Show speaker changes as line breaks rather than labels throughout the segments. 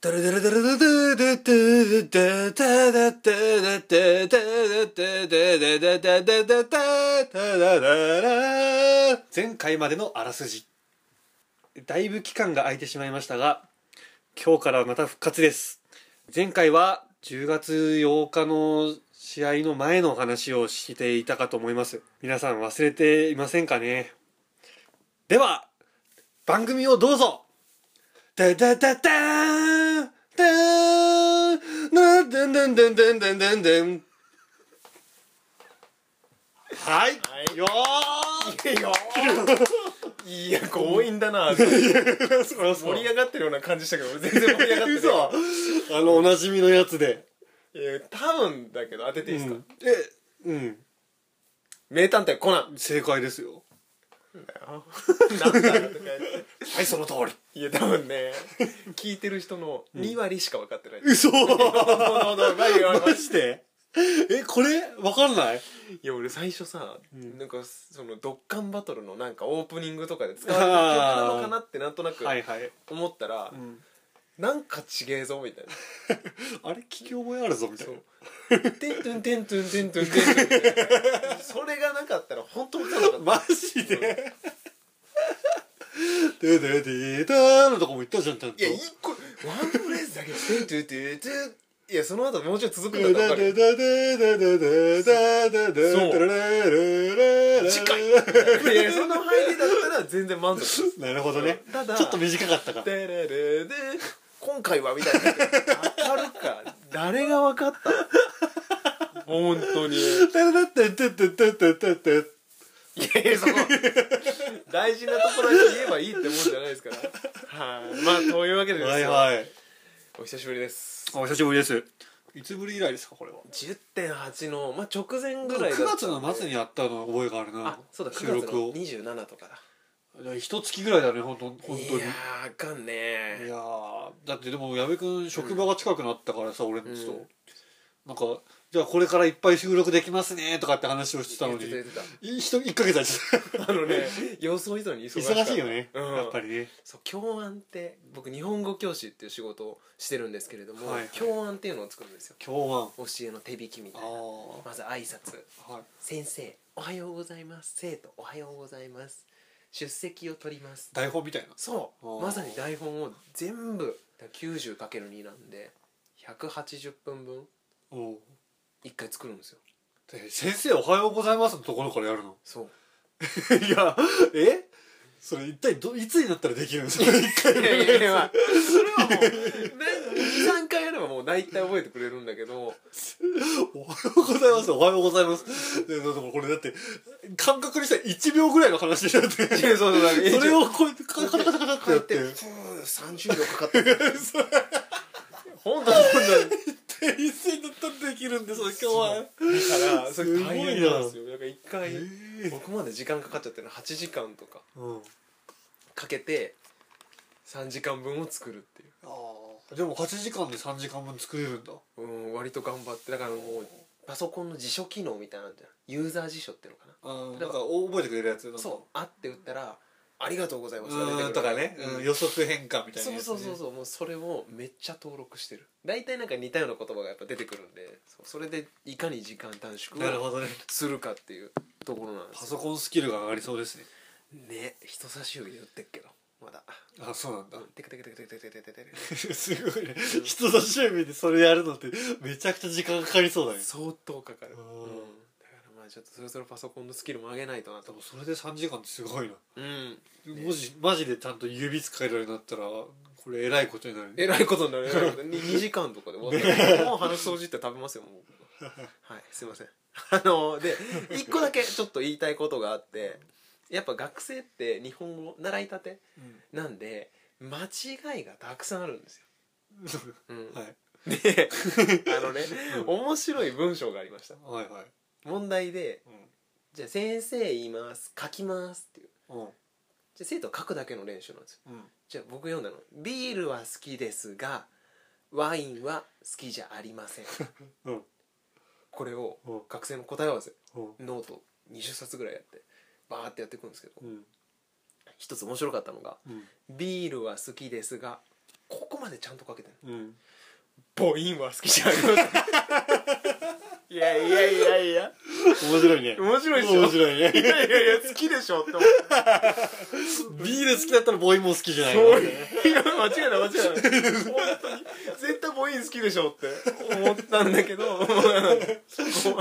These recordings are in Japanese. ダラダラダラダダダダダダダダダダダダダダダダダダダダダダ
前回までのあらすじだいぶ期間が空いてしまいましたが今日からまた復活です前回は10月8日の試合の前の話をしていたかと思います皆さん忘れていませんかねでは番組をどうぞ
ダダダダーンダーンダンダンダンダンダンダンダンダン
はい、
はい
よー
いやいや強引だな盛り上がってるような感じしたけど俺全然盛り上がって
嘘あのおなじみのやつで
ないいや多分だけど当てていいですか、
えうん
名探偵コナン
正解ですよ
なんだ ろうとか言って
はいその通り
いや多分ね聞いてる人の2割しか分か ってない、
嘘
ほどほどマジで
マジでえこれわかんない
いや俺最初さ、なんかそのドッカンバトルのなんかオープニングとかで使われる曲なのかなってなんとなく
はいはい、
思ったら、なんかちげえぞみたいな
あれ聞き覚えあるぞみたい
そ
な
う「テントゥンテントゥンテントゥンテントゥンみたいな」それがなかったら本当になかった
マジで「でででだー」のとこも言ったじゃんちゃんと「
いや
で
一個ワンフレーズだけ「テントゥンテントゥン」いやその後もうちょい続くんだったら
で
分か
で
る
ででででででで
そ
で
う
で
次回いやいやその入りだったら全然満足です
なるほどね
ただ
ちょっと短かったか
でれれで今回はみたいなわかるか誰が分かった本当にい
だってってってってってってって
やいやその大事なところだけ言えばいいってもんじゃないですからはいまあというわけでです
はい
よ
はい
お久しぶりです
お久しぶりですいつぶり以来ですかこれは
10.8の、まあ、直前ぐらいだ
9
った
月の末にやったの覚えがある
あ
な
そうだ9
収
月
録
の
を
27とかだ
一月ぐらいだね本当本当に
いやーあかん
い
ね
やーだってでも矢部君職場が近くなったからさ、俺のちと、
うん
なんかじゃあこれからいっぱい収録できますねとかって話をしてたのに
言ってた言って
い一1ヶ月はちょった
あ のね予想以上に忙しかった
忙しいよね、
うん
やっぱりね
そう教案って僕日本語教師っていう仕事をしてるんですけれども、
はいはい
教案っていうのを作るんですよ
共
教えの手引きみたい
犯
な
あ
まず挨拶
あはい
先生おはようございます生徒おはようございます出席を取ります
台本みたいな
そ
あー
うまさに台本を全部 90×2 なんで180分分
おう
1回作るんですよ
で先生おはようございますのところからやるの
そう
いやえそれ一体どいつになったらできるんですか一回
いやいやいや、まあ、それはもう23回やればもう大体覚えてくれるんだけど
おはようございますおはようございますででもこれだって感覚にしたら1秒ぐらいの話だって
いやそうそうだから
それをこうやってカタカタカタカタ
や
っ
ってて
や
ふ
っ
ー30秒かかってる本 当に本
て一斉だったらできるんです今日は
当だからそ
す
れ
ごいな
大変なんですよだから一回
え
僕まで時間かかっちゃってるの8時間とか
うん
かけて3時間分を作るっていう
あでも8時間で3時間分作れるんだ
うん割と頑張ってだからもうパソコンの辞書機能みたいなんじゃんユーザー辞書っていうのかな
うん
だ
なん
か
か覚えてくれるやつなんか
そう「あ」って打ったら「ありがとうございます」が出てく
う
る
んとかね
うん
うん予測変化みたいな
そう
やつね
そうそうそうもうそれをめっちゃ登録してる大体なんか似たような言葉がやっぱ出てくるんでそうそれでいかに時間短縮
なる
を
ほどね
するかっていうところなんで
パ
す
ソ
よ
コンスキルが上がりそうですね
ね人差し指で打ってっけどまだ
あそうなんだ
テクテクテクテクテクテクテクテ ク
すごいね人差し指でそれやるのってめちゃくちゃ時間かかりそうだね
相当かかる、
う
うんん、だからまあちょっとそろそろパソコンのスキルも上げないとな
で
と
もそれで3時間ってすごいな
うん
もしマジでちゃんと指使えるようになったらこれえらいことになるね
えらいことになるよ 2, 時間とかで終わったもう鼻くそほじって食べますよもうはいすいません あので一個だけちょっと言いたいことがあってやっぱ学生って日本語習いたてなんで間違いがたくさんあるんですよ、うん
はい
であのね、面白い文章がありました
はいはい
問題で
うん
「じゃあ先生言います書きます」っていう
うん
じゃあ生徒は書くだけの練習なんですよ
うん
じゃあ僕読んだの「ビールは好きですがワインは好きじゃありません
うん」
これを
うん
学生の答え合わせ
うん
ノート20冊ぐらいやってバーってやっていくんですけど
うん
一つ面白かったのが「ビールは好きですがここまでちゃんとかけて
う
る
ん
ボインは好きじゃありません いやいやいやいや
面白いね
面白いでしょ
面白い
い
ね
やいやいや好きでしょって思って
ビール好きだったらボーイも好きじゃない
そういや間違いない間違いない本当に絶対ボイン好きでしょって思ったんだけど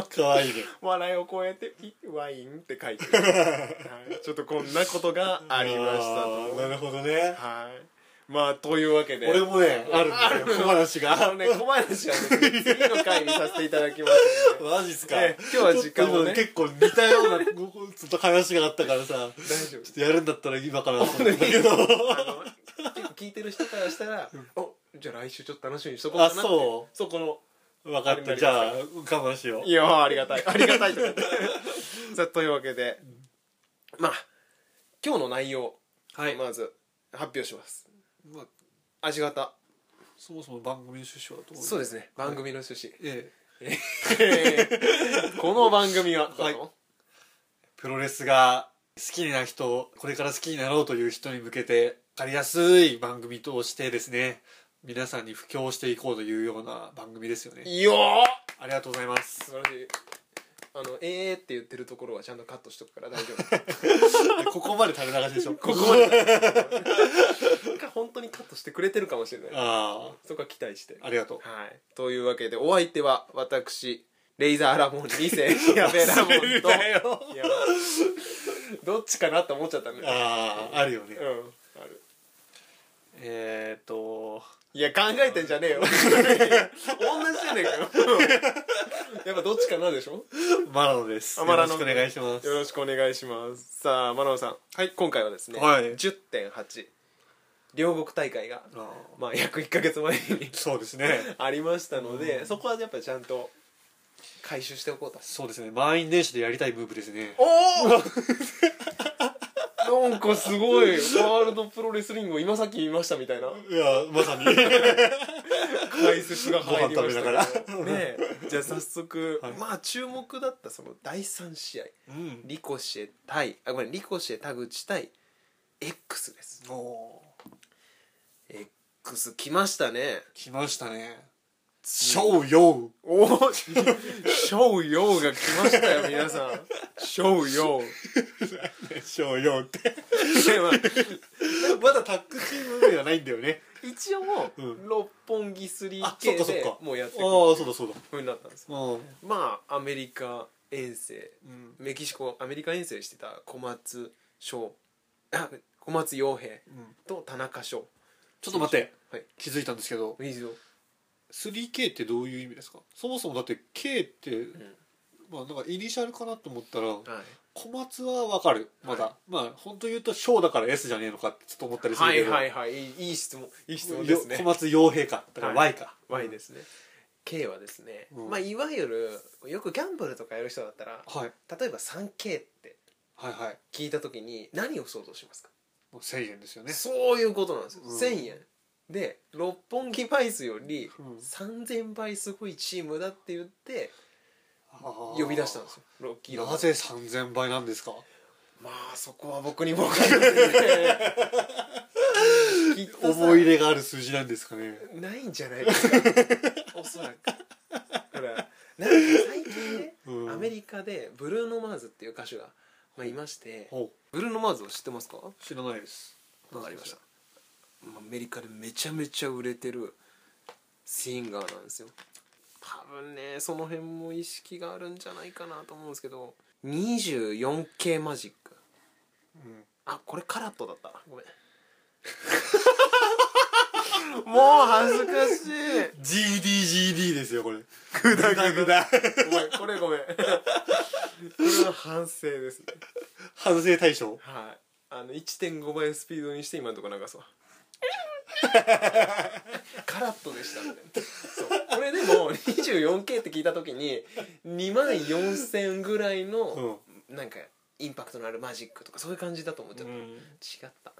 かわいいね
笑いを超えてい「ワイン」って書いてる、 はい、ちょっとこんなことがありました
あー
と
なるほどね
はいまあというわけで
俺もねあるんですよ小話
あ
が
のね 小林がね次の回にさせていただきますので
マジっすか
ええ今日は時間をね
ちょっと今結構似たようなちょっと話があったからさ
大丈夫
ちょっとやるんだったら今からだと思うんだけど
あの結構聞いてる人からしたら「おじゃあ来週ちょっと楽しみにしとこうかな」って
あそ
そこの
分かったじゃあ我慢しよ
いやーありがたいありがたいと さあというわけでまあ今日の内容、
うはい
まず発表します
まあ
味方
そもそも番組の趣旨はどう
そうです
ね
ね番組の趣旨、
ええ
この番組は、
はいプロレスが好きな人これから好きになろうという人に向けて分かりやすい番組としてですね皆さんに布教していこうというような番組ですよね
いいよー
ありがとうございます
素晴らしいあの「えー」って言ってるところはちゃんとカットしとくから大丈 夫
ここまで垂れ流しでしょ
ここまで本当にカットしてくれてるかもしれない
あ
そこは期待して
あありがとう
はい、というわけでお相手は私レイザーラモン2世 矢部ラモン
忘れる
と
なよ
いやどっちかなって思っちゃったね
あああるよ
う
ね
んある
えーっと
いや考えてんじゃねえ よ同じじゃねえかよやっぱどっちかなでしょ
マラノです
あ
よ
マラ
ろ
ノ
しくお願いします
よろしくお願いしますさあマナオさん、はい、今回はですね、
はい
10.8両国大会が、
あ
まあ、約1か 月前に
ーそうですね
ありましたので、そこはやっぱちゃんと回収しておこうと
そうですね満員電車でやりたいムーブですね
おお なんかすごいワールドプロレスリングを今さっき見ましたみたいない
やまさに
解説が入りましたけど
ご飯
ねえじゃあ早速、
はい
まあ注目だったその第3試合
うん
リコシエ対あごめんリコシエ田口対 X です
お
X 来ましたね
来ましたね超よ
おおショウヨウが来ましたよ皆さんショウヨウ
超よって
でまあ
まだタッグチームではないんだよね
一応
うん
六本木3
あそっかそっ
で
か
もうやって
あ
く
あ
る
そうだそうだ
ふうになったんですよ
うん
まあアメリカ遠征
うん
メキシコアメリカ遠征してた小松翔あ小松洋平と田中翔
ちょっと待って
はい
気づいたんですけど
いいぞ
3K ってどういう意味ですかそもそもだって K って、まあなんかイニシャルかなと思ったら
はい
小松はわかるまだ、
は
まあ本当言うと小だから S じゃねえのかってちょっと思ったりする
は
け
い
ど、
はいはいいいいい質問いい質問
よ
ですね
小松洋平かだから
はい
Y か、
Y ですね K はですね、
うん
まあいわゆるよくギャンブルとかやる人だったら
はい、
例えば 3K って
はいはい
聞いた時に何を想像しますか
もう1000円ですよね
そういうことなんですよ、
うん
1,000円で六本木バイスより
うん
3,000倍すごいチームだって言って
呼
呼び出したんですよロッキード
なぜ3000倍なんですか
まあそこは僕にも分かりません ね きっとさ
思い入れがある数字なんですかね
ないんじゃない ですかおそらくほらなんか最近ね、
うん
アメリカでブルーノ・マーズっていう歌手が、まあ、いまして
ほ
ブルーノ・マーズを知ってますか
う知らないです
わかりましたまあアメリカでめちゃめちゃ売れてるシンガーなんですよ多分ねその辺も意識があるんじゃないかなと思うんですけど 24K マジック
うん
あこれカラットだったごめん もう恥ずかしい
GDGD ですよこれ
グダ
グダ
ごめんこれごめんこれの反省ですね
反省対象
はいあの1.5倍スピードにして今のとこ流すわカラットでしたみたいなそうこれでも 24K って聞いた時に2万4000ぐらいの、なんかインパクトのあるマジックとかそういう感じだと思っちゃった、
ん
違った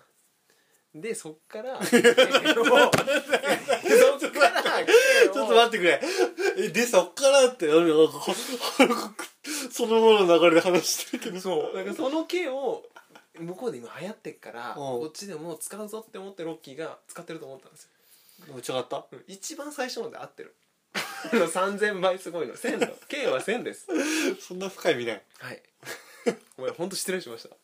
でそっからそっから
ちょっと待ってくれ。え、で、そっからって、あの、こ そのままの流れで話してるけど。
そうだからその毛を向こうで今流行ってっから
ん
こっちでも使うぞって思ってロッキーが使ってると思ったんですよ
違った
うん一番最初ので合ってる あの3000倍すごいの1000の K は1000です
そんな深い見ない
はい。ごめん、本当失礼しました。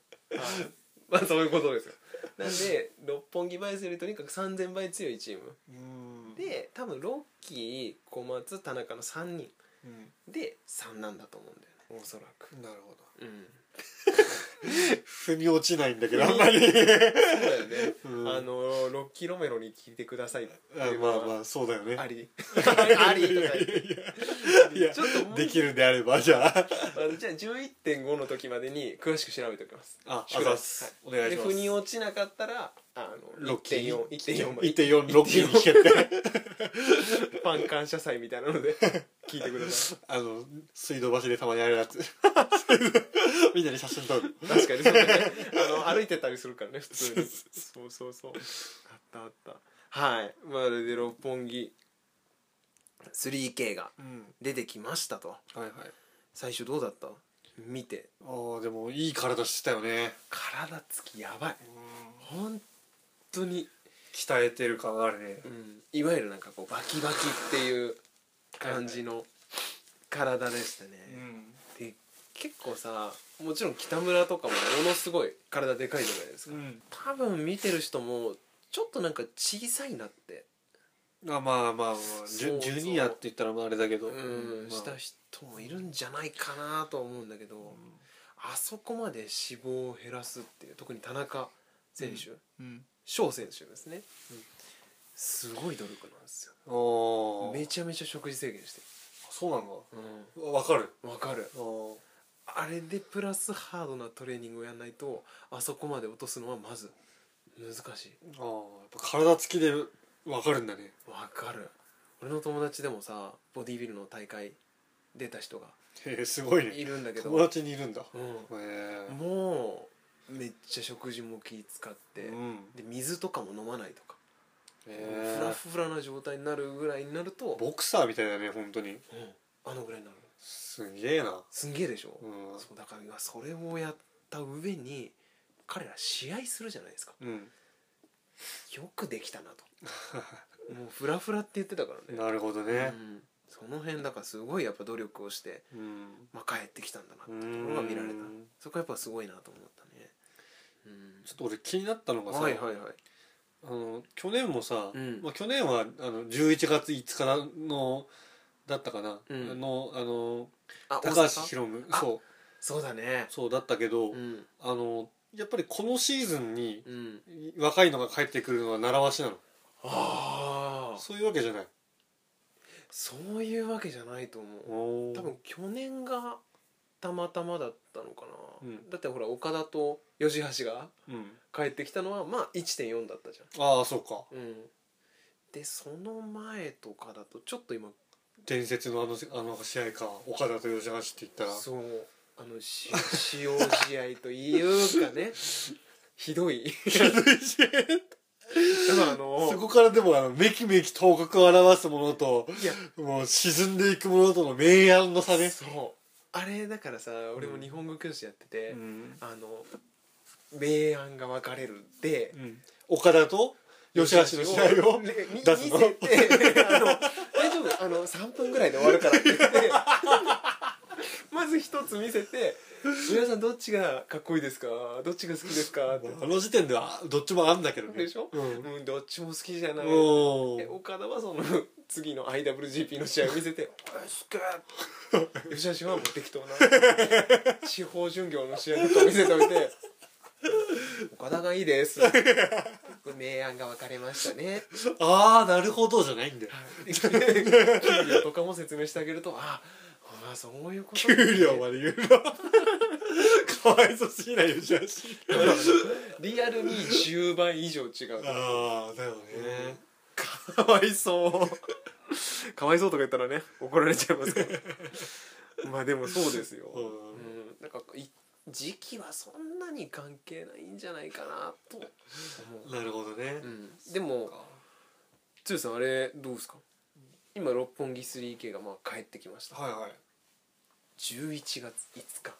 まあ、そういうことですよ。なん で、六本木バイスよりとにかく3000倍強いチーム。
うん
で、多分、ロッキー、小松、田中の3人
うん
で3なんだと思うんだよね。おそらく。
なるほど
うん。
腑に落ちないんだけどあんまり
そうだよね。
うん
あの、ロッキーロメロに聞いてくださいって
あ
いうの
ま
は
あまあそうだよね
あり。ありとか言って
いや
ちょっともう
できるんであればじゃあ
あのじゃあ11.5の時までに詳しく調べておきます。
あ
宿題
あざっす
は
お願いし
で、
ます
腑に落ちなかったら、あの、
ロッキー
1.4、1.4まで。
1.4ロッキーに引けて
ファン感謝祭みたいなので聞いてください
あの水道橋でたまにあるやつ みんなで写真撮る
確かにそうだねあの歩いてたりするからね普通にそうそうそうあったあったはいまあで六本木 3K が
うん
出てきましたと
はいはい
最初どうだった見て
あーでもいい体してたよね
体つきやばい本当に、
鍛えてる感があるね
うん、いわゆるなんかこうバキバキっていう感じの体でしたね、
うん
で結構さもちろん北村とかもものすごい体でかいじゃないですか
うん
多分見てる人もちょっとなんか小さいなって、
あまあまあまあジ
そう
ュ
そ
ジ
う
ュニアって言ったらまああれだけど
うん
まあ
した人もいるんじゃないかなと思うんだけど、あそこまで脂肪を減らすっていう特に田中選手
うん
翔、選手ですね、すごい努力なんですよ
あ
め
あ
ちゃめちゃ食事制限して
そうなんだ
る
わかる
わ、かる
あー
あれでプラスハードなトレーニングをやらないとあそこまで落とすのはまず難しい
あーやっぱ体つきでわかるんだね
わかる俺の友達でもさボディビルの大会出た人が
へえすごいね
いるんだけど、
友達にいるんだへ
う
え
ん、もうめっちゃ食事も気使って、
うん
で水とかも飲まないとか、
へ
フラ
え
フラな状態になるぐらいになると、
ボクサーみたいだね本当に
うんあのぐらいになる
すげえな
すんげえでしょ
う、ん
そうだから今それをやった上に彼ら試合するじゃないですか
うん
よくできたな ともうフラフラって言ってたからね
なるほどね
うん、その辺だからすごいやっぱ努力をして
うん
まあ、帰ってきたんだなって
う
ところが見られた
ん
そこはやっぱすごいなと思ったね
ちょっと俺気になったの
う
が
ん
さ、
はいはいはい
あの去年もさ、
うん
まあ、去年はあの11月5日のだったかな、
うん
のあの
あ
高
大
橋
阪
宏夢
あ
そう
そうだね
そうだったけど、
うん
あのやっぱりこのシーズンに
うん
若いのが帰ってくるのは習わしなの
ああ
そういうわけじゃない
そういうわけじゃないと思う
多
多分去年がたまたまだったのかな、
うん
だってほら岡田と吉橋が
うん、
帰ってきたのはまあ1.4だったじ
ああそうか
ゃんうんでその前とかだとちょっと今
伝説のあのあの試合か岡田と吉橋って言ったら
そうあのし 使用試合というかねひどいだからあ の
そこからでもあのめきめき頭角を表すものと
いや
もう沈んでいくものとの明暗の差ね、
そうあれだからさ俺も日本語教師やってて、
うん
あの明暗が分かれるで
岡田と吉橋の試合を
ねみ見
出
せ
す
て
の
あの大丈夫あの3分ぐらいで終わる からって言ってまず一つ見せて「皆さんどっちがかっこいいですかどっちが好きですか?」って
あの時点ではどっちもあんだけどね
でしょ、
うん
うん、どっちも好きじゃない
お
え
ー
岡田はその次の IWGP の試合を見せて「おいすげえ!」吉橋はもう適当な地方巡業の試合とか見せてお いて「岡田がいいです」「明暗が分かれましたね
ああなるほどじゃないんだよ」
給料とかも説明してあげると「ああそういうことね、
給料まで言うの かわいそうすぎない吉橋
リアルに10倍以上違う
ああだよね
かわいそうかわいそうとか言ったらね怒られちゃいますから まあでもそうですよ、
うん
うん、なんかい時期はそんなに関係ないんじゃないかなと思
なるほどね
う、うん、でも剛さんあれどうですか今六本木 3K がまあ帰ってきました
はいはい
11月5日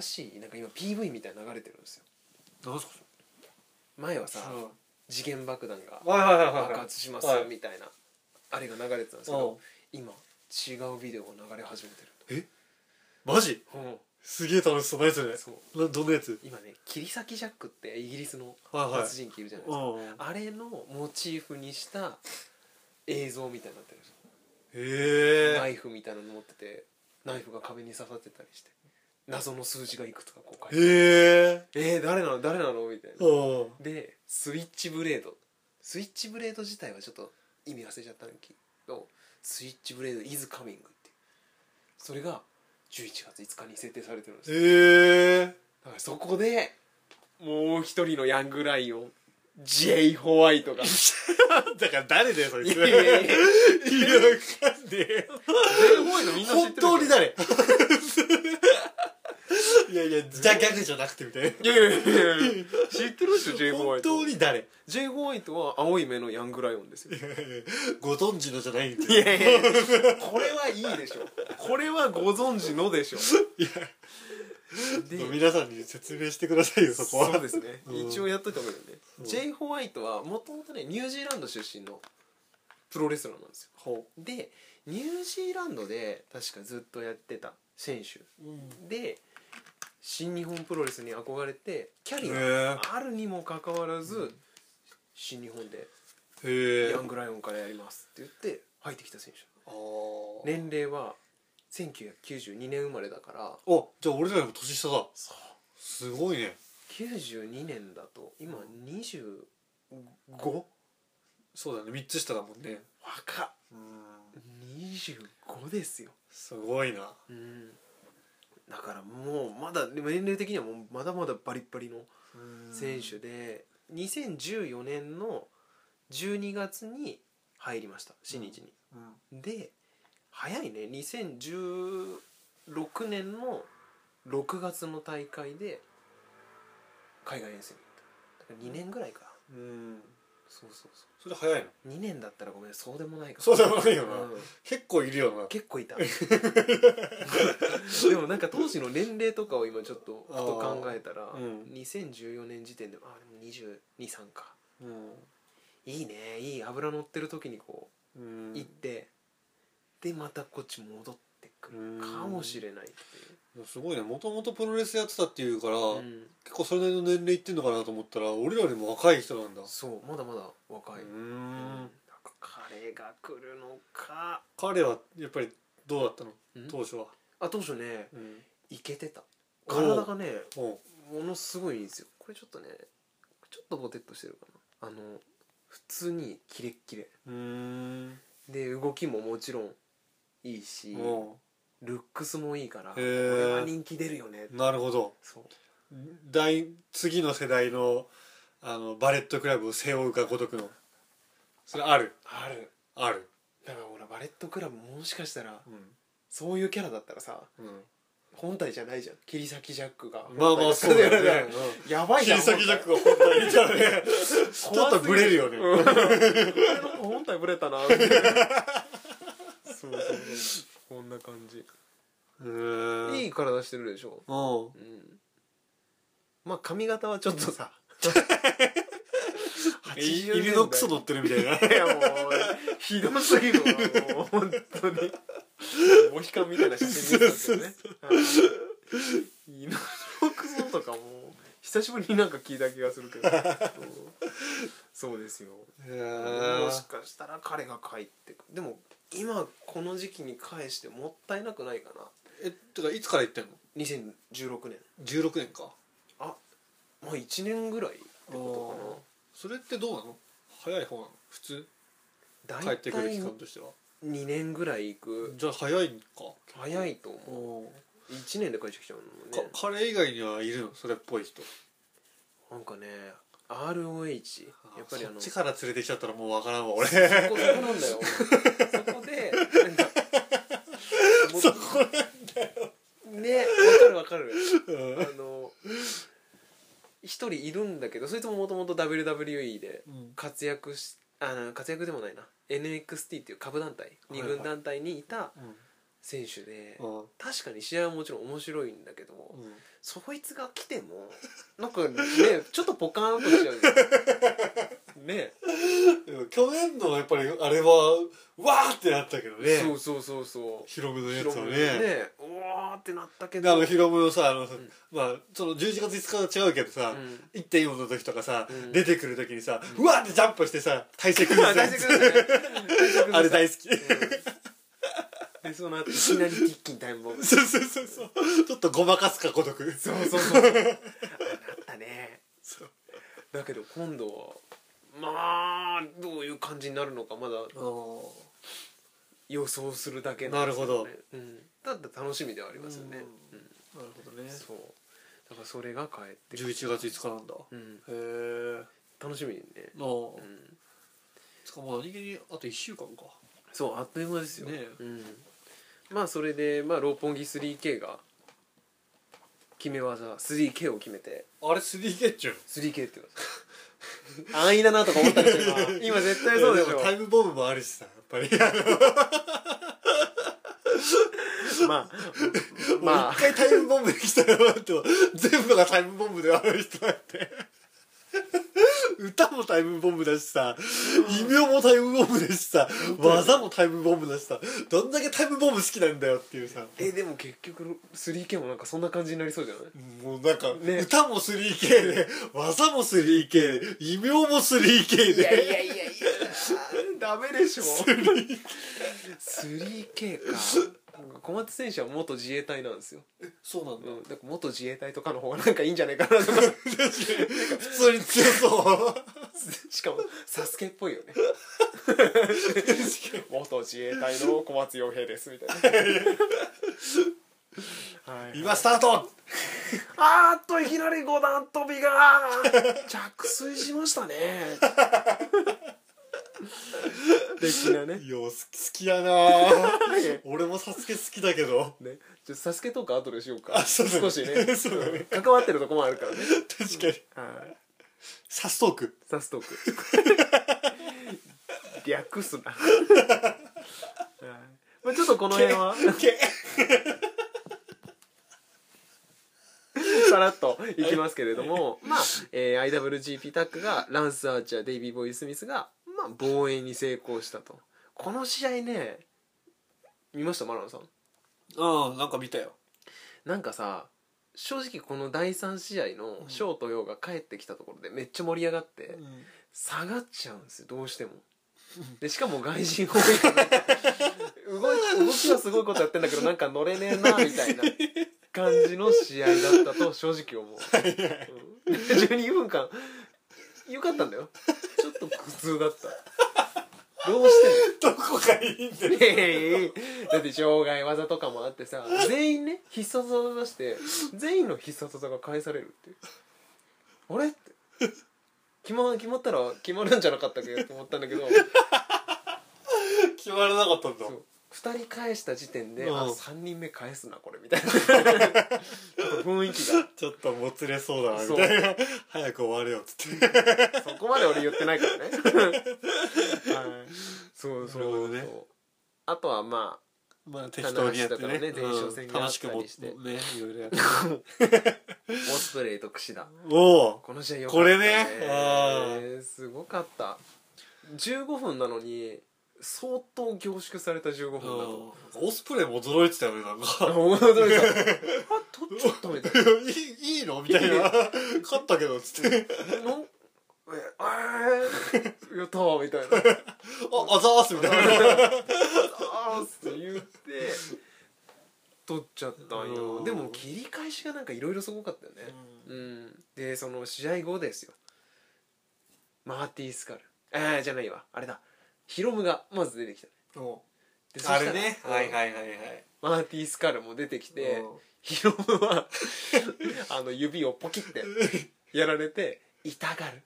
新しいなんか今 PV みたいなの流れてるんですよ
何すか
前はさ
それ
次元爆弾が
はいはいはいはい
爆発します
はい
みたいなあれが流れてたんですけ
うん
ど今違うビデオが流れ始めてる
マジ
と、
すげえ楽しそうなやつね
そう
などんなやつ
今ね切り裂きジャックってイギリスの
はいはい
殺人鬼いるじゃないですか、
うん
あれのモチーフにした映像みたいになってるんですよ
へ
ナ
え
イフみたいなの持っててナイフが壁に刺さってたりして謎の数字がいくつかこう書いて
へえ
えー、誰なの誰なのみたいな
うん
でスイッチブレードスイッチブレード自体はちょっと意味忘れちゃったんだけどスイッチブレードイズカミングっていうそれが11月5日に設定されてるんですよ
へえ
だからそこでもう一人のヤングライオン J ホワイトが
だから誰だよそれ
いやいやいやいや
いやわかんねえ本当に誰 いやいやじゃあ逆じゃなくてみたいない
やいやいやいや知ってるでしょ J ホワ
本
イト
当に誰
J ホワイトは青い目のヤングライオンですよ
ご存知のじゃないん
い
で
やいやいや これはいいでしょこれはご存知のでしょで
皆さんに説明してくださいよそこは
そうですね
うん
一応やっといた方がいいよね、
うん
J ホワイトはもともとねニュージーランド出身のプロレスラーなんですよ
ほ
でニュージーランドで確かずっとやってた選手
ううん
で新日本プロレスに憧れてキャリア
へ
あるにもかかわらず新日本で
えへえ
ヤングライオンからやりますって言って入ってきた選
あ
手
ね
年齢は1992年生まれだから
おじゃあ俺らよりも年下だすごいね
92年だと今25
そうだね3つ下だもんね
若っ
うん
25ですよ
すごいな
うんだからもうまだでも年齢的にはもうまだまだバリッバリの選手で、2014年の12月に入りました新日に、
うん
で早いね2016年の6月の大会で海外遠征に行っただから2年ぐらいか
うん
そうそうそ
それ早いの
う2年だったらごめんそうでもないか
そうでもないよな、
うん
結構いるよな
結構いた でもなんか当時の年齢とかを今ちょっとふと考えたら、
あーうん
2014年時点であでも223か
うん
いいねいい油乗ってる時にこ
う
うん行って、でまたこっち戻ってくるかもしれないって
すごいねもともとプロレスやってたっていうから、
いう、うん
結構それなりの年齢いってんのかなと思ったら俺らよりも若い人なんだ、
そうまだまだ若い、
う
うん
ん
彼が来るのか
彼はやっぱりどうだったの
うん
当初は、
あ当初ね
うん
いけてた
お
体がね
お
ものすごいいいんですよこれちょっとねちょっとボテっとしてるかなあの普通にキレッキレ
ううん
で動きももちろんいいし
お
ルックスもいいからこ
へ
れ
ー
は人気出るよね
なるほど
そう
第次の世代のあのバレットクラブを背負うかごとくのそれある
ある
ある
だからほらバレットクラブもしかしたら
うん、
そういうキャラだったらさ
うん、
本体じゃないじゃん切り裂きジャックが
まあまあそうだよね、うん
やばい
切
じゃ
り裂き
ん
ジャックが本当にいたらね
ち
ちょっとブレるよね
俺の本体ブレ たなみたいなそうそうそうこんな感じ
うん
いい体してるでしょ
うん
うんまあ髪型はちょっ とさ
え入りのクソ乗ってるみたいな
いやもうひどすぎるわもう本当にモヒカンみたいな写真見せたけどねはい入りのクソとかもう久しぶりになんか聞いた気がするけどそうそうですよ
へ
も
ー
しかしたら彼が帰ってくでも今この時期に返してもったいなくないかな
えてかいつから行ってんの
2016年
16年か
あまあ1年ぐらいってことかな
それってどうなの早い方なの普通
大
帰っ
体
てくる期間としては
2年ぐらい行く
じゃあ早いんか
早いと思う1年で帰ってきちゃう
か
のね
彼以外にはいるのそれっぽい人
なんかね ROH やっぱりあ
そ
の
っ
そ
ち
こ
から連れてきちゃったらもうわからんわ 俺
そこなんだよ そこでなんかそこなんだよねわかるわかるあの一人いるんだけどそいつももともと WWE で
うん
活躍しあの活躍でもないな NXT っていう株団体
はい
二軍団体にいた
うん
選手で
うん
確かに試合はもちろん面白いんだけども、
うん
そいつが来てもなん かねちょっとポカーンとしちゃうよね
でも去年のやっぱりあれはわーってなったけどね
そうそうそうそう
ヒロムのやつ
広
は
め
ね
ねうわーってなったけ
であ
ど
のヒロムのさあのさ、
ん
まあその11月5日は違うけどさ、
うん
1.4の時とかさ、
うん
出てくる時にさ、うわーってジャンプして さ体勢崩
あ
すや
大丈
つ
夫です ね
あれ大好き、
でその後いきなり一気にタイムボム
そうそうそうそうちょっとごまかすか孤独そう
そうそうそうあなったね
そう
だけど今度はまあどういう感じになるのかまだ 予想するだけんですよ
なる
ね、うん、ただ楽しみではありますよね、
う
うんん
なるほどね
そうだからそれが帰ってくる
11月5日なんだ、
うん、
へえ
楽しみにね、
なあ
うん、
つかもう何気にあと1週間か
そうあっという間ですよ、
ねえ
うん、まあそれで、まあ、六本木 3K が決め技 3K を決めて
あれ 3K っちゅう
3K って言うん です安易だなとか思ったんですよ 今今絶対そうでし
タイムボムもあるしさやっぱり
ょ まあま
もう一回タイムボムできたらって全部がタイムボムである人だって歌もタイムボムだしさ異名もタイムボムだしさ技もタイムボムだしさどんだけタイムボム好きなんだよっていうさ
えでも結局 3K もなんかそんな感じになりそうじゃない
もうなんか、
ね
歌も 3K で技も 3K で異名も 3K
いやい
で
やいやいやダメでしょ 3K かなんか小松選手は元自衛隊なんですよ、
そうな
うんん、だから元自衛隊とかの方がなんかいいんじゃないかなとか
普通に強そう
しかもサスケっぽいよね元自衛隊の小松洋平ですみたいなはい
今スタート
あーっといきなり五段跳びが着水しましたね的なね
いや好き好きやなぁ俺もサスケ好きだけど
ね、ちょサスケとか後でしようか
あそうだね
少しね
そうだね
うん関わってるとこもあるからね
確かに
はい
サストーク
サストーク略すな、はいまあ、ちょっとこの辺は
け
さらっといきますけれども、まあ、えー IWGP タッグがランス・アーチャーデイビー・ボーイ・スミスが、まあ、防衛に成功したとこの試合ね見ましたマランさん
うんなんか見たよ
なんかさ正直この第3試合のショートヨウが帰ってきたところでめっちゃ盛り上がって、下がっちゃうんですよどうしてもでしかも外人多いから動い動きはすごいことやってんだけどなんか乗れねえなみたいな感じの試合だったと正直思う、うん、12分間よかったんだよちょっと苦痛だったどうしても
どこがいいんだよ
いやいやいやだって障害技とかもあってさ全員ね必殺技出して全員の必殺技が返されるっていうあれって決ま決まったら決まるんじゃなかったっけと思ったんだけど
決まらなかったんだ
そう2人返した時点で、
うん
あ3人目返すなこれみたいな雰囲気が
ちょっともつれそうだな
そ
み
う
たいな早く終われよっつって
そこまで俺言ってないからね、はい、そうそう
なるほど
そう、
ね
あとはまあ
まあ適当にやってね
棚橋だったらね前哨戦
うん
があ
楽
っ
しく
た
も
りして
ねいろいろやって
オスプレイと櫛田
おお
この試合よ
これねあ
すごかった15分なのに相当凝縮された15分だと
オスプレイも驚いてたよねなん
あ
か
驚いたあとちょっとみたいない
いいいのみたいな勝ったけどっつって
のええー、やったーみたいな
ああざーすみたいな
あーって言って取っちゃったん
う
よ
ん
でも切り返しがなんかいろいろすごかったよねうんでその試合後ですよマーティー・スカルえー、じゃないわあれだヒロムがまず出てきた
お
でそ
あ
したら
れね
うん
はいはいはいはい
マーティー・スカルも出てきて
うん
ヒロムは あの指をポキってやられて痛がる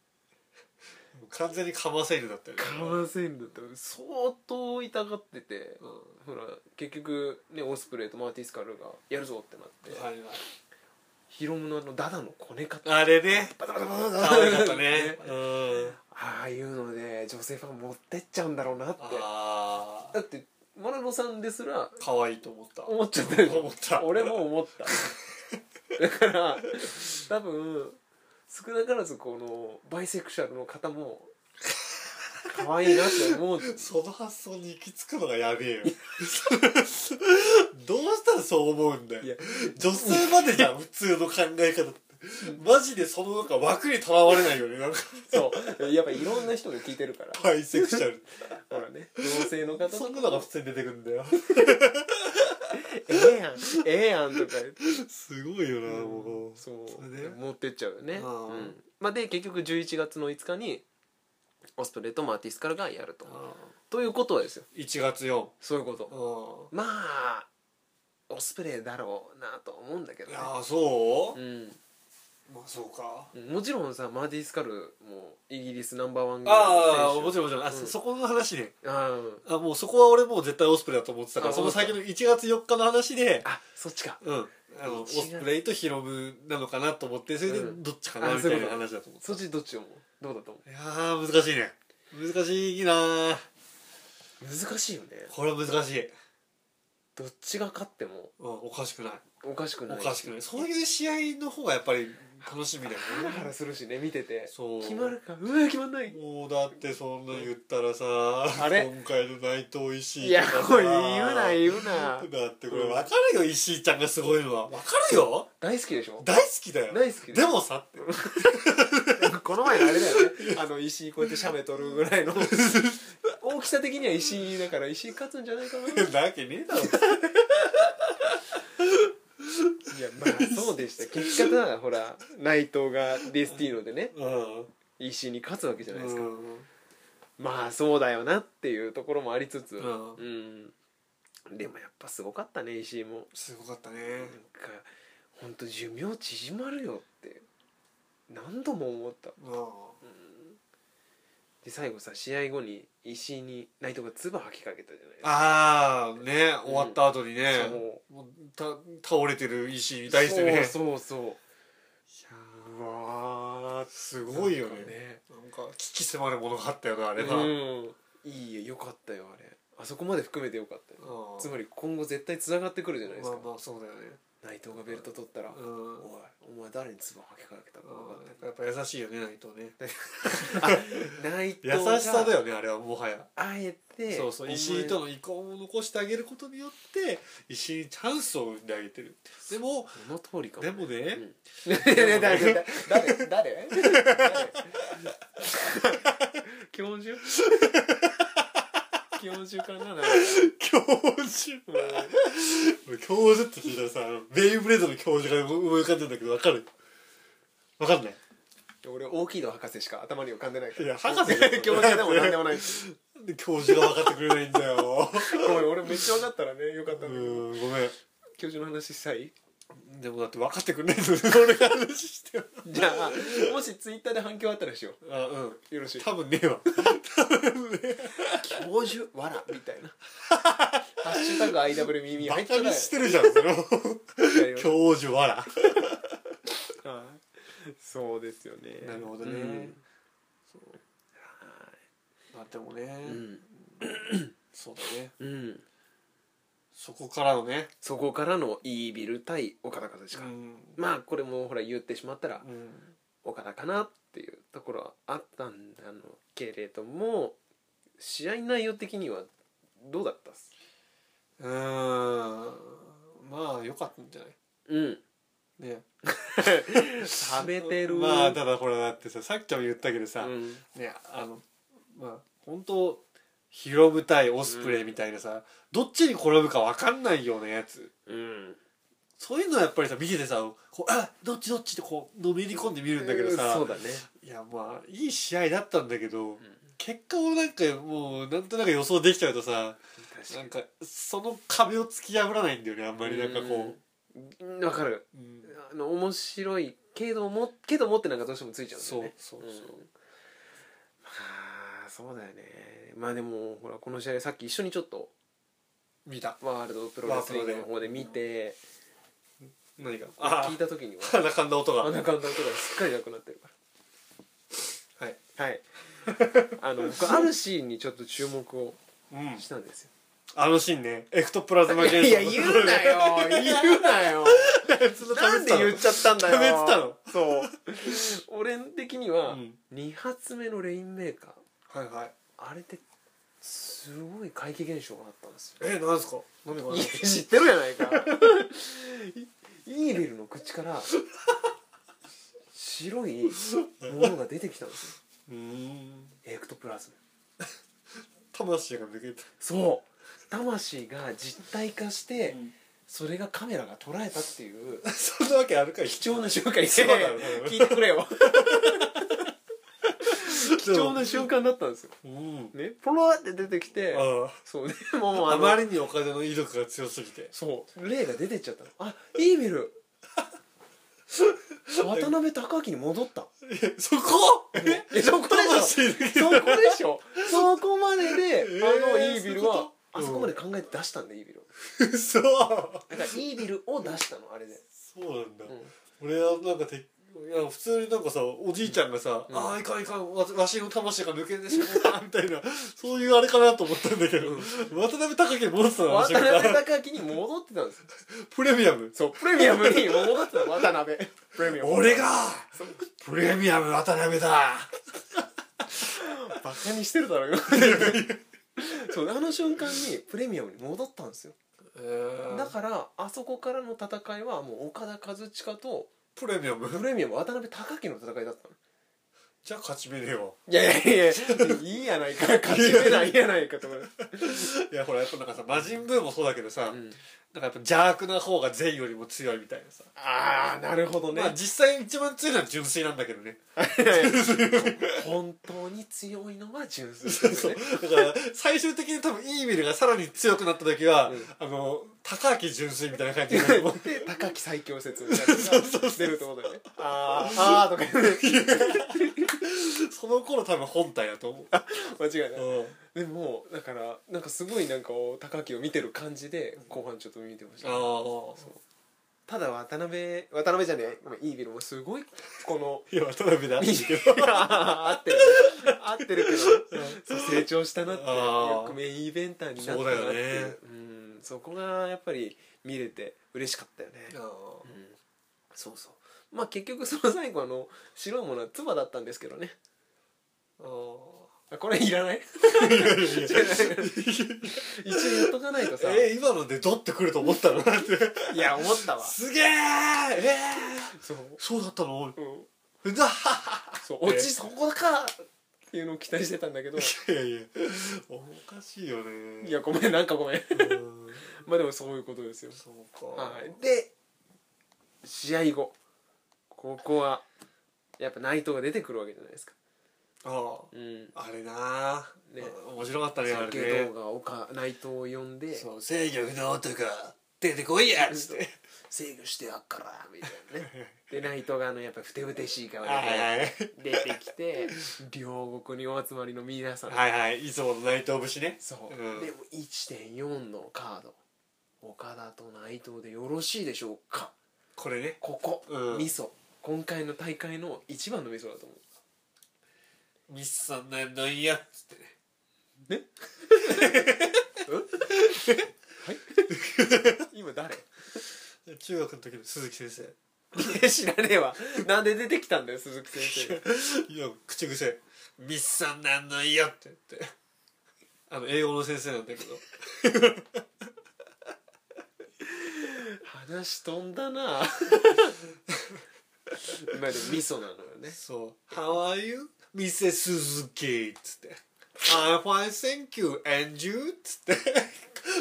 完全にかませるだったよね
かませんだったら相当痛がってて、ほら結局ねオスプレイとマーティー・スカルがやるぞってなって、
はいはい
ヒロムのあのダダのこね方
あれね
バタバタバタバタ
可愛かった ねうん
ああいうので女性ファン持ってっちゃうんだろうなって
あ
だってモラノさんですら
可愛いと思った
思っちゃったよ
思った
俺も思っただから多分少なからずこのバイセクシャルの方も可愛いなって思う
その発想に行き着くのがや べえよどうしたらそう思うんだよ
いや
女性までじゃん普通の考え方ってマジでそのなんか枠にとらわれないよねなんか
そうやっぱいろんな人が聞いてるから
バイセクシャ ル
ほらね同性の方とか
そんなのが普通に出てくるんだよ
ええやんええやんとか言って
すごいよなもう
そう
それで
持ってっちゃうよね、
あー
うんまあ、で結局11月の5日にオスプレイとマーティスカルがやるとということはですよ
1月4
そういうこと
う
まあオスプレイだろうなと思うんだけど
んい
ね
やーそうう、
ん
まあそうか
もちろんさマーティスカルもイギリスナンバーワン
ああもち
ろん
ろんもちろんあ、そ
うん
そこの話ね
あー
あもうそこは俺もう絶対オスプレイだと思ってたから
あ
その
思ってた
先の1月4日の話で
あそっちか
うんあの
1
オ
月
スプレイとヒロムなのかなと思ってそれで
うん
どっちかな
あ
みた
そう
い
いう
な
こと
話だと思って
そっちどっち思うどうだと思
いやー難しいね難しいなー
う難しいよね
これは難しい、
どっちが勝っても
うん、おかしくない
おかしく
お
ない
かしくないそういう試合の方がやっぱり楽しみだよ
ハラハ
ね
ラするしね見てて
そう
決まるかうわ決まんない
もうだってそんな言ったらさ
あれ
今回の内藤石井
いや
とかさ
これ言うな言うな
だってこれ分かるよ石井ちゃんがすごいのは分かるよ
大好きでしょ
大好きだよ
大好き
でもさって
この前のあ れだよねあの石井こうやって写メ撮るぐらいの大きさ的には石井だから石井勝つんじゃないか な
なわけねえだろ
いやまあそうでした結果だほら内藤がディスティーノでね
うん
石井に勝つわけじゃないですか、
うん
まあそうだよなっていうところもありつつう
うん
ん、でもやっぱすごかったね石井も
すごかったね
なんかほんと寿命縮まるよって何度も思った
うんうん
で最後さ試合後に石井に内藤が唾吐きかけたじゃないですか
ああね終わった後にね
そ
もうた倒れてる石井に対してね
そうそうそううわー
すごいよ
なんか
ねなんか鬼気迫るものがあったよなあれはうん
うん、いいよよかったよあれあそこまで含めてよかったよつまり今後絶対つながってくるじゃないです
ま
か、
あまあそうだよね
内藤がベルト取ったら「
う
おい
んうん
お前誰に唾吐きかけたか分かって
やっぱ優しいよね内藤ね
る内藤
優
が
しさだよねあれはもはや
あえて
そうそう
お前
石井との遺恨を残してあげることによって石井にチャンスを生んであげてるでも
その通りかも
でも
う
ね
んねね誰誰誰誰誰教 授教授かななんか
教授教授って聞いたらさあのベイブレードの教授が思い浮かんでんだけどわかるわかんない
俺大きいの博士しか頭に浮かんでないから
いや博士だよ
教授でも何でもない
なんで教授が分かってくれないんだよ
ごめん俺めっちゃ分かったらねよかっ
う
たんだけど
んごめん
教授の話したい
でもだって分かってくれないのに俺が話してよ
じゃあもしツイッターで反響あったらしよ
あうん
うよろしい
多分ねえわ
教授わらみたいな「 ハッシュタグ #IW 耳」入
バ
っちゃ
カ
う
にしてるじゃんそれを教授わら
そうですよね
なるほどねまあでもね、
うん
そうだね
うん
そこからのね
そこからのイービル対岡田和志
う
か、
ん、
まあこれもほら言ってしまったら
うん、
岡田かなっていうところはあったんだのけれども試合内容的にはどうだったっす
うーんまあ良かったんじゃない
うん
ね
食べてる
まあただほらだってささっきも言ったけどさ、
うん
ねあのまあ本当ヒロム対オスプレイみたいなさ、どっちに転ぶか分かんないようなやつ
うん
そういうのはやっぱりさ見ててさこうあどっちどっちってこうのめり込んで見るんだけどさ、
そうだね
いやまあいい試合だったんだけど、結果をなんかもうなんとなく予想できちゃうとさ
確
なんかその壁を突き破らないんだよねあんまりなんかこ
うんわかる
う、うん
あの面白いけどもけどもってなんかどうしてもついちゃうんだよね
そうそうそうん
まあそうだよねまあでもほらこの試合さっき一緒にちょっと
見た
ワールドプロレスリングの方で見て
何が
聞
あ
いた時には
あ鼻かんだ音が
あんな感じの音がすっかりなくなってるから
はい
はいあの僕あるシーンにちょっと注目を
うん
したんですよ
あのシーンねエクトプラズマ現象
いや言う なよ言うなよなんで言っちゃったんだよ
食べてたの
そう俺的には、
うん
2発目のレインメーカー
はいはい
あれですごい怪奇現象があったんですよ
えなんですか何があるの
いや知ってるや ないかイーベルの口から白いものが出てきたんです
うーん
よエクトプラズム
魂が抜けた
そう魂が実体化して、
うん
それがカメラが捉えたっていう
そんなわけあるかい
貴重な瞬間
そうだよね
聞いてくれよ貴
貴
重な瞬間だったんですよ
うん
ねポロって出てきて
あ
そうね もう
あ
あ
あ
の
まりにお金の威力が強すぎて
そう霊が出てっちゃったのあイーベ ル渡辺隆明に戻った
えそ こえ
えそこでしょ
魂抜け
そ こでしょ そこまでで、
えー
あのイービルは
そういうこと
あそこまで考えて出したんだイービルを
たそう
だからイービルを出したのあ れで、
そうなんだ、
うん
俺はなんかていや普通になんかさおじいちゃんがさ「
うん
ああいかんいかんわわしの魂が抜けてしまった」みた いなそういうあれかなと思ったんだけど、渡辺隆に戻ってたのあの
渡
瞬間
辺隆明に戻ってたんですよ
プレミアム
そうプレミアムに戻ってたの渡辺 プレミアム
俺がプレミアム渡辺 だ
バカにしてるだろ今 そうあの瞬間にプレミアムに戻ったんですよだからあそこからの戦いはもう岡田和親と
プレミアム
プレミアム渡辺隆明の戦いだったの
じゃあ勝ち目ねえ わ
いやいやいやいいやないか 勝ち目ないやないかと思う、
いやほらやっぱなんかさ魔人ブーもそうだけどさ、なん
ん
かやっぱ邪悪な方が善よりも強いみたいなさ、
ああなるほどね、
まあ実際一番強いのは純粋なんだけどね
本当に強いのは純粋ですね
だから最終的に多分イービルがさらに強くなった時は、
うん
あの高明純粋みたいな感じ になる
で高木最強説みたいなのが出るってことだよねあーあーとか言って
その頃多分本体だと 思う、
間違いない
うん
でもだからなんかすごいなんか高木を見てる感じで後半ちょっと見てました
ああ
ただ渡辺渡辺じゃねえごめんイービルもすごいこの
いや渡辺だ
合ってる合ってるけどそう成長したなって
あー
よくメインイベンターになったなって
そうだ
い
よ
う
ね
うんそこがやっぱり見れて嬉しかったよねうんそうそうまあ結局その最後あの白いものは唾だったんですけどねあこれいらない 一応言っとかないとさ、
えー、今のでドッてくると思ったのなんて
いや思ったわ
すげーえー、
そう、
そうだったの
うん、
ふざは
そう落ちそこかっていうのを期待してたんだけど
いやいやおかしいよね
いやごめんなんかごめん
うん
まあでもそういうことですよ
そうか、
はい、で試合後ここはやっぱ内藤が出てくるわけじゃないですか、
あ
うん、
ああれなー、
ね
面白かったねあ
設
れ
計
ね
動画を岡内藤を呼んで
そう制御不能とか出てこいや つって
制御してやっからみたいな ねで内藤があのやっぱふてぶてしい顔で
はいはい
出てき て両国にお集まりの皆さん、
はいはいいつもの内藤節ね
そう、
うん
でも1.4のカード岡田と内藤でよろしいでしょうか
これね
ここ、
うん
ミソ今回の大会の一番のミソだと思う
ミスさんなんなんやっつってね
はい今誰
中学の時の鈴木先生
いや知らねえわなんで出てきたんだよ鈴木先生
いや口癖「ミスさんなんなんや」って言ってあの英語の先生なんだけど
話飛ん だなまあでもミソなのよね
そう「How are you? ミセ鈴木」っつって「I'm fine thank you and you」っつって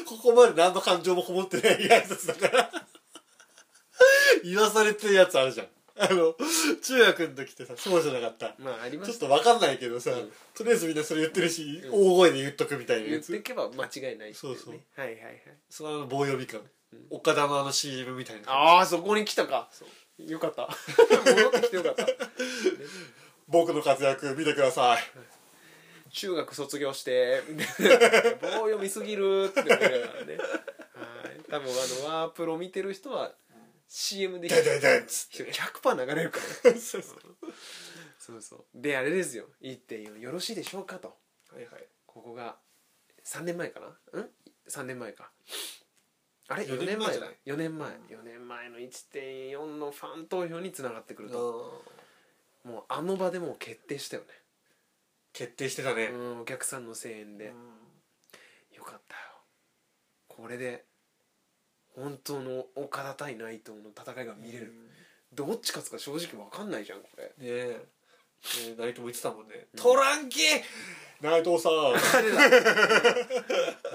ここまで何の感情もこもってない挨拶だから言わされてるやつあるじゃんあの中学の時ってさそうじゃなかった
まあありま
ちょっ
す
とわかんないけどさ、
うん
とりあえずみんなそれ言ってるし、
うん
大声で言っとくみたいな
言
や
って
つ
けば間違いないっていね
そうそう
はいはいはい
そのあの棒読み感、岡田のあの CM みたいな
ああそこに来たかよかった 戻ってきてよかった
僕の活躍見てください
中学卒業して棒読みすぎるって思いながらねはい多分あのワープロ見てる人は CM で
「でででん」っつって
100%流れるからそうそうそうであれですよ1.4よろしいでしょうかと
はいはい
ここが3年前かなうん3年前かあれ
四年
4年前
前
だ
じ
4年前4年前の1.4のファン投票につながってくるともうあの場でもう決定したよね
決定してたね
うんお客さんの声援でよかったよこれで本当の岡田対内藤の戦いが見れる、どっち勝つか正直わかんないじゃんこ れ
ねえねえ内藤も言ってたもんね「トランキー内藤さん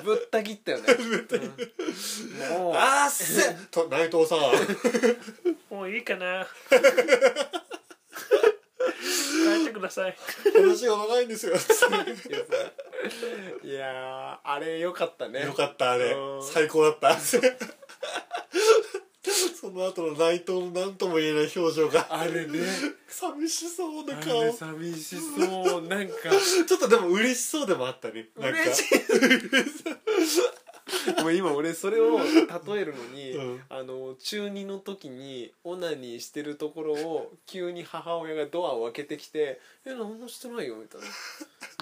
ぶった切ったよねうんもう
あっせ!」と内藤さん
もういいかな帰ってください
話が長いんですよ」
いやーあれよかったね
よかったあれ
うん
最高だったその後の内藤の何とも言えない表情が
あれね
寂しそうな
あ
顔
れ寂しそうなんか
ちょっとでも嬉しそうでもあったねなんか
嬉しいもう今俺それを例えるのに、
うん
あの中2の時にオナニーしてるところを急に母親がドアを開けてきて「え何もしてないよ」みたいな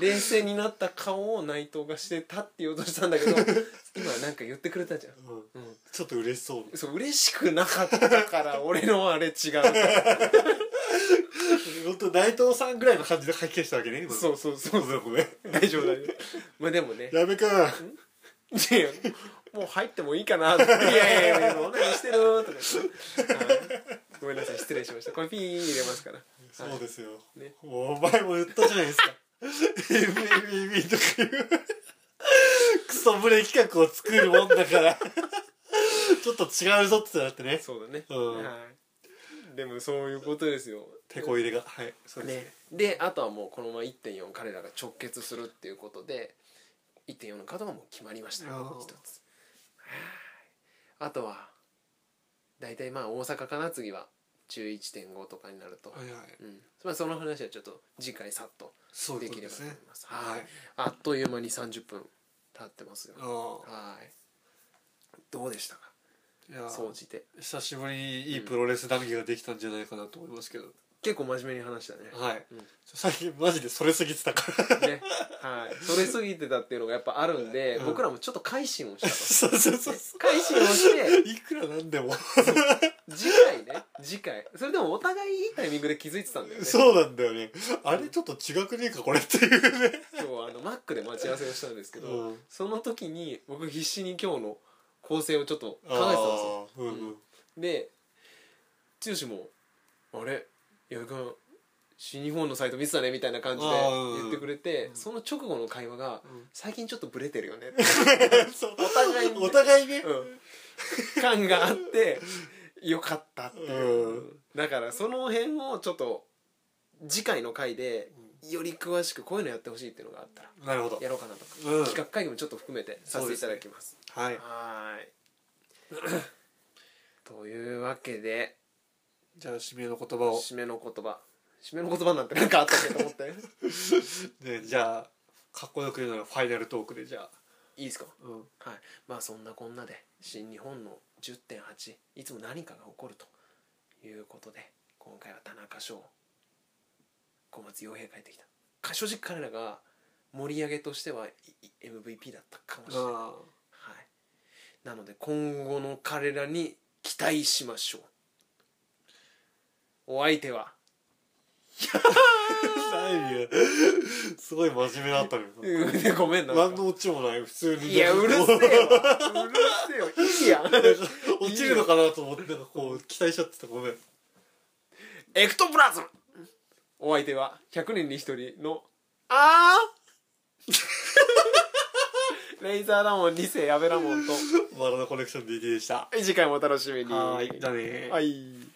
冷静になった顔を内藤がしてたって言おうとしたんだ けど今なんか言ってくれたじゃん、
うん
うん、
ちょっと嬉しそう
そう嬉しくなかったから俺のあれ違うから
本当内藤さんぐらいの感じで吐き気したわけね今の
そうそうそう
ごめんごめん
大丈夫大丈夫まあでもね
やめくん
いやもう入ってもいいかなって「いやいやいやもう何してる?」とか言ってはいごめんなさい失礼しましたこれピー入れますから
そうですよ、
ね
もうお前も言ったじゃないです か MMB とかいうクソブレ企画を作るもんだからちょっと違うぞってなってね
そうだね、
うん
はいでもそういうことですよ
手こ入れがはいそうですね
ねであとはもうこのまま1.4彼らが直結するっていうことで1.4の角がもう決まりました
なるほど
一つはいあとは大体まあ大阪かな次は11.5とかになると、
はいはい
うんまあ、その話はちょっと次回さっと
そうい
で
うこ
き
と
れ
で
ば
す
と思
ね
います。
は
はいい。あっという間に30分経ってますよ。
あ
はい。どうでしたか。
あいや
総じて。
久しぶりにいいプロレス談義ができたんじゃないかなと思いますけど、
結構真面目に話したね。
はい、
うん
ちょ最近マジでそれ過ぎてたから
ね。はい。それ過ぎてたっていうのがやっぱあるんで、僕らもちょっと改心をしたと。
そうそうそうそ
改心をして
ういくらなんでも
次回ね次回それでもお互いいいタイミングで気づいてたんだよね今
そうなんだよねあれちょっと違くねえかこれっていうね、
日あのマックで待ち合わせをしたんですけど、
うん
その時に僕必死に今日の構成をちょっと考えてたんですよ
ああうんうん
で剛も「あれ矢部君新日本のサイト見てたね」みたいな感じで
あーうん
言ってくれて、その直後の会話が「
ん
最近ちょっとブレてるよね」
そう
お互いに
お互いね
うん 感があってよかったっていう、
うん
だからその辺をちょっと次回の回でより詳しくこういうのやってほしいっていうのがあったら
なるほど
やろうかなとか、
うん
企画会議もちょっと含めてさせていただきます
はい
はーい というわけで
じゃあ締めの言葉を、
締めの言葉締めの言葉なんてなんかあったっけと思って
ね、じゃあかっこよく言うならファイナルトークでじゃあ、
いいですか
うん、
はいまあそんなこんなで新日本の10.8いつも何かが起こるということで今回は田中翔小松洋平帰ってきたか正直彼らが盛り上げとしてはいい MVP だったかもしれない、はい、
あ
なので今後の彼らに期待しましょうお相手は
すごい真面目だったね
ごめんな
何のオチもない普通に
いやうるせえわうるせえわいいやん
落ちるのかなと思ってなんかこう期待しちゃってたごめん
エクトプラズムお相手は100人に1人のあー レイザーラモン2世 矢部ラモンと
バラのコレクション DT でした
次回もお楽しみに
はいじゃあね
はい